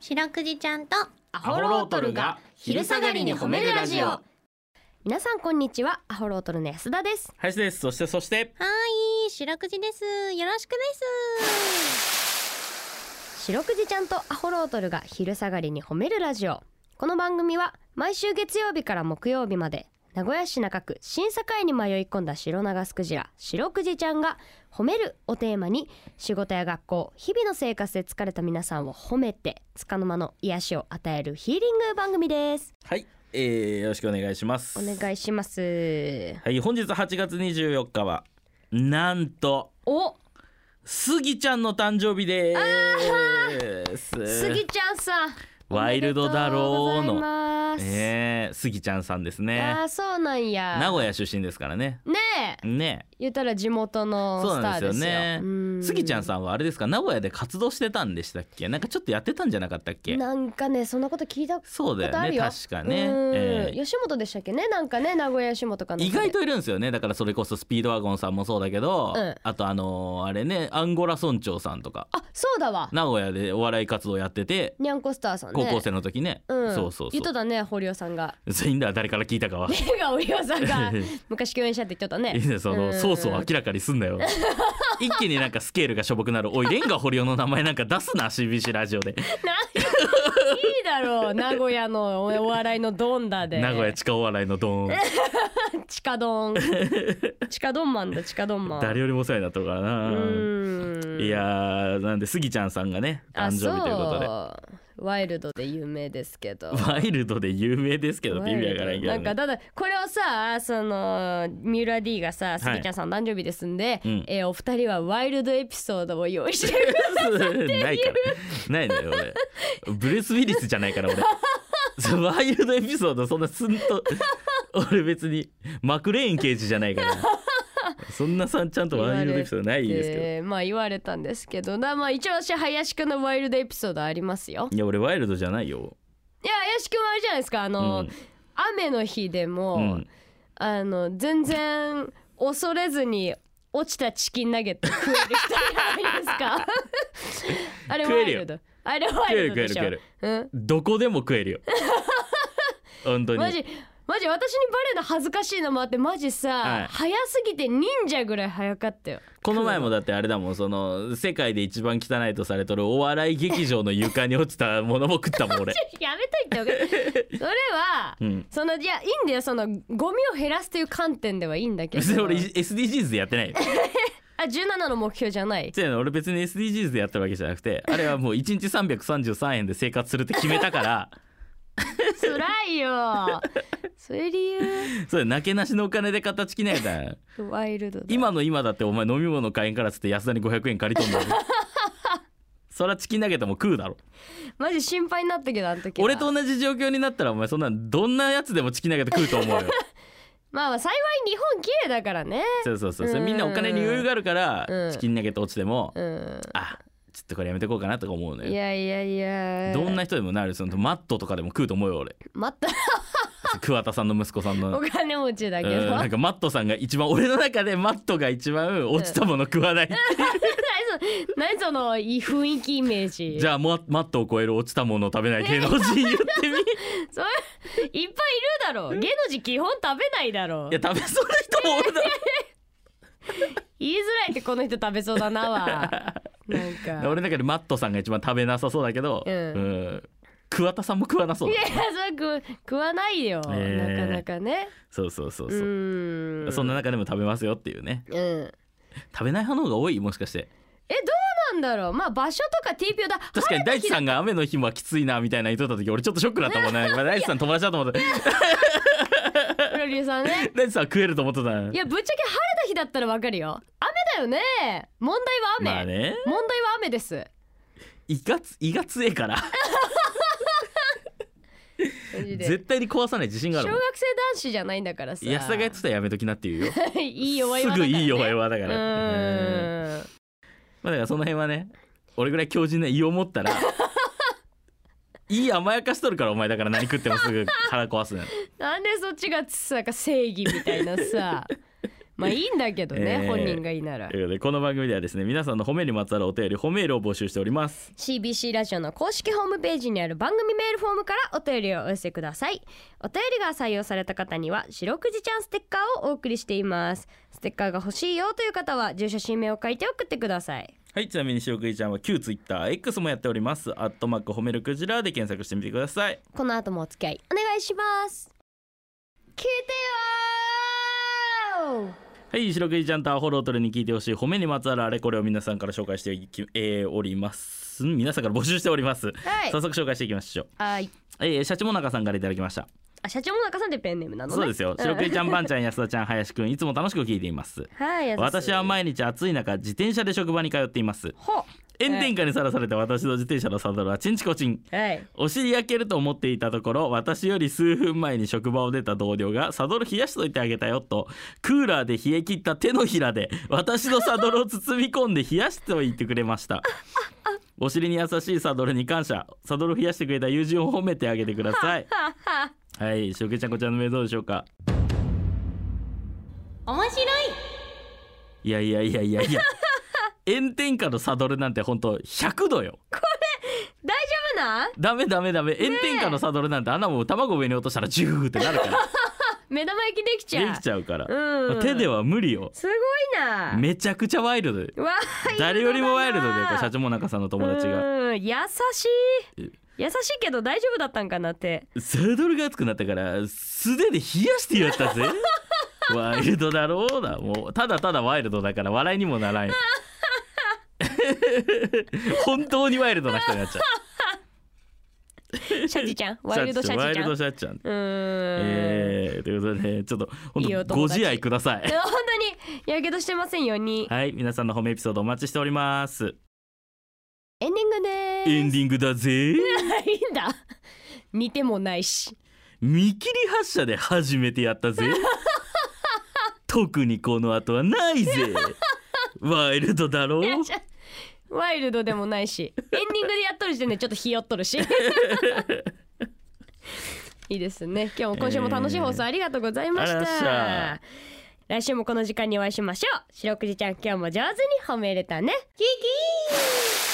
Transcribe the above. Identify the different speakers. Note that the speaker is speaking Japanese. Speaker 1: 白くじちゃんとア
Speaker 2: ホロートルが昼下がりに褒めるラジオ
Speaker 3: 皆さんこんにちはアホロートルの安田です
Speaker 2: 林ですそしてそして
Speaker 1: はい白くじですよろしくです
Speaker 3: 白くじちゃんとアホロートルが昼下がりに褒めるラジオこの番組は毎週月曜日から木曜日まで名古屋市中区審査会に迷い込んだ白長スクジラ白くじちゃんが褒めるをテーマに仕事や学校日々の生活で疲れた皆さんを褒めて束の間の癒しを与えるヒーリング番組です
Speaker 2: はい、えー、よろしくお願いします
Speaker 3: お願いします
Speaker 2: はい本日8月24日はなんと
Speaker 3: お
Speaker 2: スギちゃんの誕生日です
Speaker 3: すぎちゃんさん
Speaker 2: ワイルドだろう
Speaker 3: おめでとう
Speaker 2: の
Speaker 3: ございます
Speaker 2: えー、スギちゃんさんです
Speaker 3: あ
Speaker 2: ね
Speaker 3: ーそうなんや
Speaker 2: 名古屋出身ですからね
Speaker 3: ねえ
Speaker 2: ね
Speaker 3: 言ったら地元の
Speaker 2: そう
Speaker 3: ス
Speaker 2: な
Speaker 3: タ
Speaker 2: ん
Speaker 3: ー
Speaker 2: で
Speaker 3: ですす
Speaker 2: よ
Speaker 3: よ
Speaker 2: ね
Speaker 3: う
Speaker 2: スギちゃんさんはあれですか名古屋で活動してたんでしたっけなんかちょっとやってたんじゃなかったっけ
Speaker 3: なんかねそんなこと聞いた
Speaker 2: そうだ
Speaker 3: ことあ
Speaker 2: よ
Speaker 3: る
Speaker 2: ね
Speaker 3: よ
Speaker 2: 確かね、
Speaker 3: うん
Speaker 2: えー
Speaker 3: 吉本でしたっけねなんかね名古屋吉本かなんかで
Speaker 2: 意外といるんですよねだからそれこそスピードワゴンさんもそうだけど、
Speaker 3: うん
Speaker 2: あとあのーあれねアンゴラ村長さんとか
Speaker 3: あそうだわ
Speaker 2: 名古屋でお笑い活動やってて
Speaker 3: にゃんこスターさんね
Speaker 2: 高校生の時ね
Speaker 3: うん
Speaker 2: そうそう
Speaker 3: 言っ
Speaker 2: そ
Speaker 3: と
Speaker 2: う
Speaker 3: ったね堀尾さんが
Speaker 2: 全員だ誰から聞いたかは
Speaker 3: 手が堀尾さ んが昔共演したって言っとった
Speaker 2: いい
Speaker 3: ね
Speaker 2: ねそのソー スを明らかにすんなよ一気になんかスケールがしょぼくなるおいレンガ堀尾の名前なんか出すな CBC ラジオで
Speaker 3: なんかいいだろう名古屋のお笑いのドンダで
Speaker 2: 名古屋地下お笑いのドーン
Speaker 3: 地下ドン地下ドンマンだ地下ドンマン
Speaker 2: 誰よりもお世話になったから
Speaker 3: う
Speaker 2: な
Speaker 3: ーん
Speaker 2: いやーなんでスギちゃんさんがね誕
Speaker 3: あ
Speaker 2: 生日ということで
Speaker 3: そうワイルドで有名ですけど
Speaker 2: ワイルドで有名ですけどって意味わからんけど、
Speaker 3: な
Speaker 2: ね、
Speaker 3: んかただこれをさその三浦 D がさ「ス
Speaker 2: はい
Speaker 3: ギちゃんさん誕生日ですんで、
Speaker 2: うん
Speaker 3: えーお二人はワイルドエピソードを用意してる
Speaker 2: ないからないのよ俺ブルース・ウィリスじゃないから俺そうワイルドエピソードそんなすんと俺別にマクレーン刑事じゃないからそんなさんちゃんとワイルドエピソードないですけど
Speaker 3: でまあ言われたんですけどなまあ一応私林くんのワイルドエピソードありますよ
Speaker 2: いや俺ワイルドじゃないよ、
Speaker 3: いや林くんはあれじゃないですかあ
Speaker 2: う
Speaker 3: の、
Speaker 2: ん
Speaker 3: 雨の日でも、
Speaker 2: うん
Speaker 3: あの全然恐れずに落ちたチキンナゲット食える人いないですか あれワイルドあれワ
Speaker 2: 食
Speaker 3: イ
Speaker 2: える
Speaker 3: ルド
Speaker 2: 食え
Speaker 3: で
Speaker 2: る
Speaker 3: し
Speaker 2: 食え
Speaker 3: ょ
Speaker 2: る
Speaker 3: うん
Speaker 2: どこでも食えるよ本当に
Speaker 3: マジマジ私にバレるの恥ずかしいのもあってマジさ、
Speaker 2: はい
Speaker 3: 早すぎて忍者ぐらい早かったよ
Speaker 2: この前もだってあれだもんその世界で一番汚いとされとるお笑い劇場の床に落ちたものも食ったもん俺、
Speaker 3: やめといて おけそれは、
Speaker 2: うん、
Speaker 3: そのいやいいんだよそのゴミを減らすという観点ではいいんだけ
Speaker 2: 別に
Speaker 3: ど
Speaker 2: 俺 SDGs でやってないよ
Speaker 3: あ17の目標じゃない
Speaker 2: 違うの俺別に SDGs でやってるわけじゃなくてあれはもう1日333円で生活するって決めたから
Speaker 3: 辛いよそういう理
Speaker 2: それなけなしのお金で形きねえだよ
Speaker 3: 由ワイルドだ
Speaker 2: 今の今だってお前飲み物買えんからっつって安田に500円借りとんだよそらチキン投げても食うだろ
Speaker 3: マジ心配になったけどあの時は
Speaker 2: 俺と同じ状況になったらお前そんなどんなやつでもチキン投げて食うと思うよ
Speaker 3: まあまあ幸い日本綺麗だからね
Speaker 2: そうそうそうそれみんなお金に余裕があるから
Speaker 3: うん
Speaker 2: チキン投げて落ちても
Speaker 3: うん
Speaker 2: あちょっとこれやめてこうかなとか思うの
Speaker 3: い
Speaker 2: よ
Speaker 3: やいやいや
Speaker 2: どんな人でもなるそのマットとかでも食うと思う よ俺
Speaker 3: 待った
Speaker 2: 桑田さんの息子さんの
Speaker 3: お金持ちだけ
Speaker 2: うん
Speaker 3: ど
Speaker 2: なんかマットさんが一番俺の中でマットが一番落ちたもの食わない、
Speaker 3: 何そ何そのいい雰囲気イメージ
Speaker 2: じゃあママットを超える落ちたものを食べない芸能人言って み
Speaker 3: それいっぱいいるだろう芸能人基本食べないだろう
Speaker 2: いや食べそうな人もおるだろ
Speaker 3: 言いづらいってこの人食べそうだ なはなんか
Speaker 2: 俺の中でマットさんが一番食べなさそうだけど、
Speaker 3: うん
Speaker 2: ん桑田さんも食わなそう
Speaker 3: い
Speaker 2: だ
Speaker 3: やいやそれ食食わないよ、
Speaker 2: ねえ
Speaker 3: なかなかね
Speaker 2: そうそうそう
Speaker 3: う
Speaker 2: そう、
Speaker 3: ーん
Speaker 2: そんな中でも食べますよっていうね
Speaker 3: うんえ
Speaker 2: 食べない派の方が多いもしかして
Speaker 3: なんだろうまあ場所とか TPO だ
Speaker 2: 確かに大地さんが雨の日もきついなみたいな言っとった時俺ちょっとショックだったもん ねまあ大地さん友達だと思って
Speaker 3: プロデューサーね
Speaker 2: 大地さんは食えると思ってたない
Speaker 3: やぶっちゃけ晴れた日だったらわかるよ雨だよね問題は
Speaker 2: まあ
Speaker 3: 雨、
Speaker 2: ね
Speaker 3: 問題は雨です
Speaker 2: いかつ胃が強えから
Speaker 3: マジで
Speaker 2: 絶対に壊さない自信があ
Speaker 3: 小
Speaker 2: る
Speaker 3: 学
Speaker 2: もん
Speaker 3: 生男子じゃないんだからさ
Speaker 2: 安田がやってたらやめときなっていうよ
Speaker 3: いい弱い
Speaker 2: すぐいい弱いはだか
Speaker 3: う
Speaker 2: らうん
Speaker 3: ーん
Speaker 2: まあだからその辺はね俺ぐらい強靭な胃を持 ったらいい甘やかしとるからお前だから何食っ てもすぐ腹壊すね
Speaker 3: なんでそっちがつなんか正義みたいなさまあいいんだけどね、
Speaker 2: えー
Speaker 3: 本人がいいなら
Speaker 2: ということでこの番組ではですね皆さんの褒めにまつわるお便り褒めールを募集しております
Speaker 3: CBC ラジオの公式ホームページにある番組メールフォームからお便りをお寄せくださいお便りが採用された方には「白くじちゃんステッカー」をお送りしていますステッカーが欲しいよという方は住所氏名を書いて送ってください
Speaker 2: はいちなみにしろくじちゃんは旧 TwitterX もやっております「アットマーク褒めるクジラ」で検索してみてください
Speaker 3: この後もお付き合いお願いします聞いてよー
Speaker 2: はいしろくじちゃんとアホロートルに聞いてほしい褒めにまつわるあれこれを皆さんから紹介していき、えーおります皆さんから募集しております、
Speaker 3: はい
Speaker 2: 早速紹介していきましょう、
Speaker 3: はい
Speaker 2: えー、社長もなかさんからいただきました
Speaker 3: あ社長も中さんでペンネームなのね
Speaker 2: そうですよしろくじちゃんばんちゃん安田ちゃん林くんいつも楽しく聞いています
Speaker 3: はい
Speaker 2: 私は毎日暑い中自転車で職場に通っています
Speaker 3: ほ
Speaker 2: 炎天下にさらされた私の自転車のサドルはチンチコチン
Speaker 3: はい
Speaker 2: お尻焼けると思っていたところ私より数分前に職場を出た同僚がサドル冷やしといてあげたよとクーラーで冷え切った手のひらで私のサドルを包み込んで冷やしておいてくれましたお尻に優しいサドルに感謝サドルを冷やしてくれた友人を褒めてあげてくださいはいしょけちゃんこちらの目どうでしょうか
Speaker 1: 面白い
Speaker 2: いやいやいやいやい や炎天下のサドルなんて本当100度よ
Speaker 3: 大丈夫なん
Speaker 2: ダメダメダメ炎天下のサドルなんて穴も卵上に落としたらジューってなるから
Speaker 3: 目玉焼きできちゃう
Speaker 2: できちゃうから、
Speaker 3: うん
Speaker 2: 手では無理よ
Speaker 3: すごいな
Speaker 2: めちゃくちゃワイルドで
Speaker 3: わ
Speaker 2: 誰よりもワイルドでこう社
Speaker 3: 長
Speaker 2: 長も中さんの友達が
Speaker 3: 優しい優しいけど大丈夫だったんかなって
Speaker 2: 「サドルが熱くなったから素手で冷やしてや ったぜ」ワイルドだろうなもうただただワイルドだから笑いにもなら んよ本当にワイルドな人になっちゃう
Speaker 3: シャチち ゃんワイルドシャ
Speaker 2: ワイ
Speaker 3: チち
Speaker 2: ル
Speaker 3: ゃん
Speaker 2: ド
Speaker 3: う
Speaker 2: シャチちゃん
Speaker 3: ーん
Speaker 2: えー、ということでねちょっと本
Speaker 3: いいお
Speaker 2: 当ご
Speaker 3: 友達
Speaker 2: 自愛ください
Speaker 3: 本当にやけどしてませんように
Speaker 2: はい皆さんの褒めエピソードお待ちしております
Speaker 3: エンディングで
Speaker 2: エン
Speaker 3: ーす
Speaker 2: ディングだぜ
Speaker 3: いいんだ似てもないし
Speaker 2: 見切り発車で初めてやった ぜ特にこの後はないぜワイルドだろう
Speaker 3: いやちょワイルドでもないしエンディングでやっとる時点でちょっとひよっとる しいいですね今日も今週も楽しい放送ありがとうございました、
Speaker 2: えーあらっしゃ
Speaker 3: 来週もこの時間にお会いしましょう白くじちゃん今日も上手に褒めれたねキキー